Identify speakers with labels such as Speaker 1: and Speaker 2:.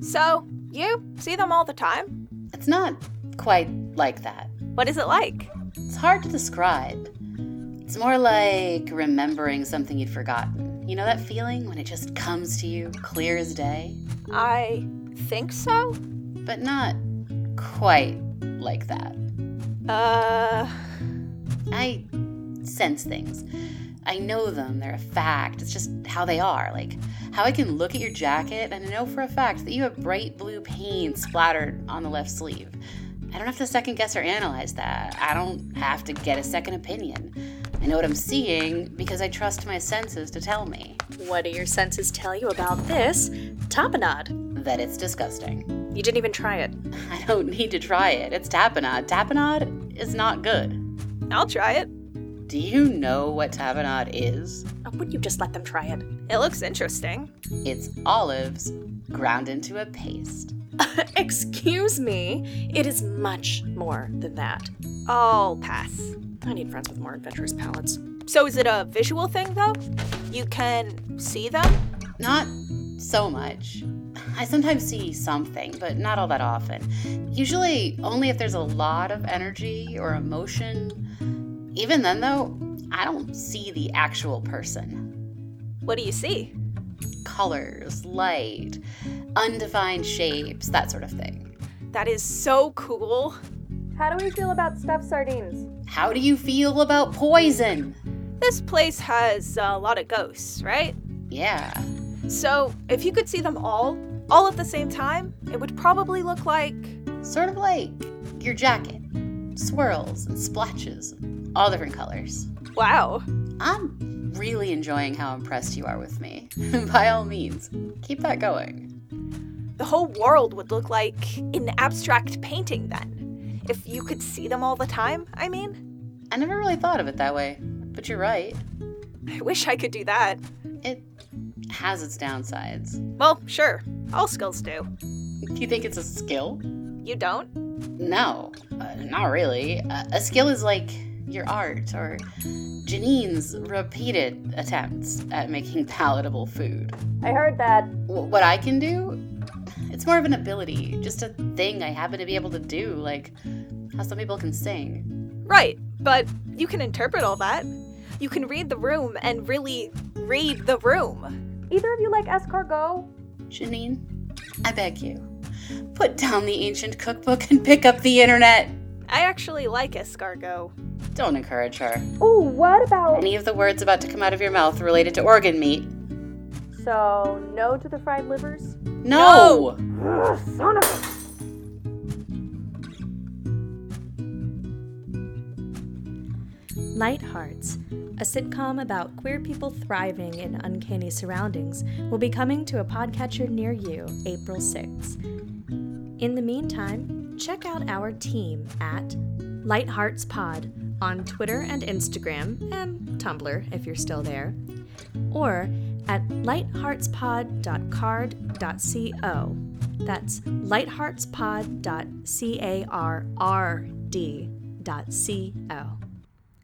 Speaker 1: So, you see them all the time?
Speaker 2: It's not quite like that.
Speaker 1: What is it like?
Speaker 2: It's hard to describe. It's more like remembering something you'd forgotten. You know that feeling when it just comes to you clear as day?
Speaker 1: I think so?
Speaker 2: But not quite like that.
Speaker 1: Uh,
Speaker 2: I sense things. I know them, they're a fact. It's just how they are. Like how I can look at your jacket and know for a fact that you have bright blue paint splattered on the left sleeve. I don't have to second guess or analyze that. I don't have to get a second opinion. I know what I'm seeing because I trust my senses to tell me
Speaker 3: What do your senses tell you about this? Tapenade.
Speaker 2: that it's disgusting.
Speaker 3: You didn't even try it.
Speaker 2: I don't need to try it. It's tapenade. Tapenade is not good.
Speaker 1: I'll try it.
Speaker 2: Do you know what tapenade is?
Speaker 3: Oh, Would you just let them try it?
Speaker 1: It looks interesting.
Speaker 2: It's olives ground into a paste.
Speaker 3: Excuse me. It is much more than that.
Speaker 1: I'll pass.
Speaker 3: I need friends with more adventurous palates.
Speaker 1: So, is it a visual thing though? You can see them?
Speaker 2: Not so much. I sometimes see something, but not all that often. Usually only if there's a lot of energy or emotion. Even then, though, I don't see the actual person.
Speaker 1: What do you see?
Speaker 2: Colors, light, undefined shapes, that sort of thing.
Speaker 1: That is so cool. How do we feel about stuffed sardines?
Speaker 2: How do you feel about poison?
Speaker 1: This place has a lot of ghosts, right?
Speaker 2: Yeah,
Speaker 1: So, if you could see them all, all at the same time, it would probably look like.
Speaker 2: sort of like your jacket. Swirls and splashes, all different colors.
Speaker 1: Wow.
Speaker 2: I'm really enjoying how impressed you are with me. By all means, keep that going.
Speaker 1: The whole world would look like an abstract painting then. If you could see them all the time, I mean.
Speaker 2: I never really thought of it that way, but you're right.
Speaker 1: I wish I could do that.
Speaker 2: It has its downsides.
Speaker 1: Well, sure. All skills do.
Speaker 2: Do you think it's a skill?
Speaker 1: You don't?
Speaker 2: No, uh, not really. Uh, a skill is like your art or Janine's repeated attempts at making palatable food.
Speaker 1: I heard that.
Speaker 2: Wh- what I can do, it's more of an ability, just a thing I happen to be able to do, like how some people can sing.
Speaker 1: Right, but you can interpret all that. You can read the room and really read the room. Either of you like escargot?
Speaker 2: Janine, I beg you, put down the ancient cookbook and pick up the internet.
Speaker 1: I actually like escargot.
Speaker 2: Don't encourage her.
Speaker 1: Oh, what about.
Speaker 2: Any of the words about to come out of your mouth related to organ meat?
Speaker 1: So, no to the fried livers?
Speaker 2: No!
Speaker 3: Light Hearts, a sitcom about queer people thriving in uncanny surroundings, will be coming to a podcatcher near you April 6th. In the meantime, check out our team at Light Hearts Pod on Twitter and Instagram, and Tumblr if you're still there, or at lightheartspod.card.co. That's lightheartspod.carrd.co.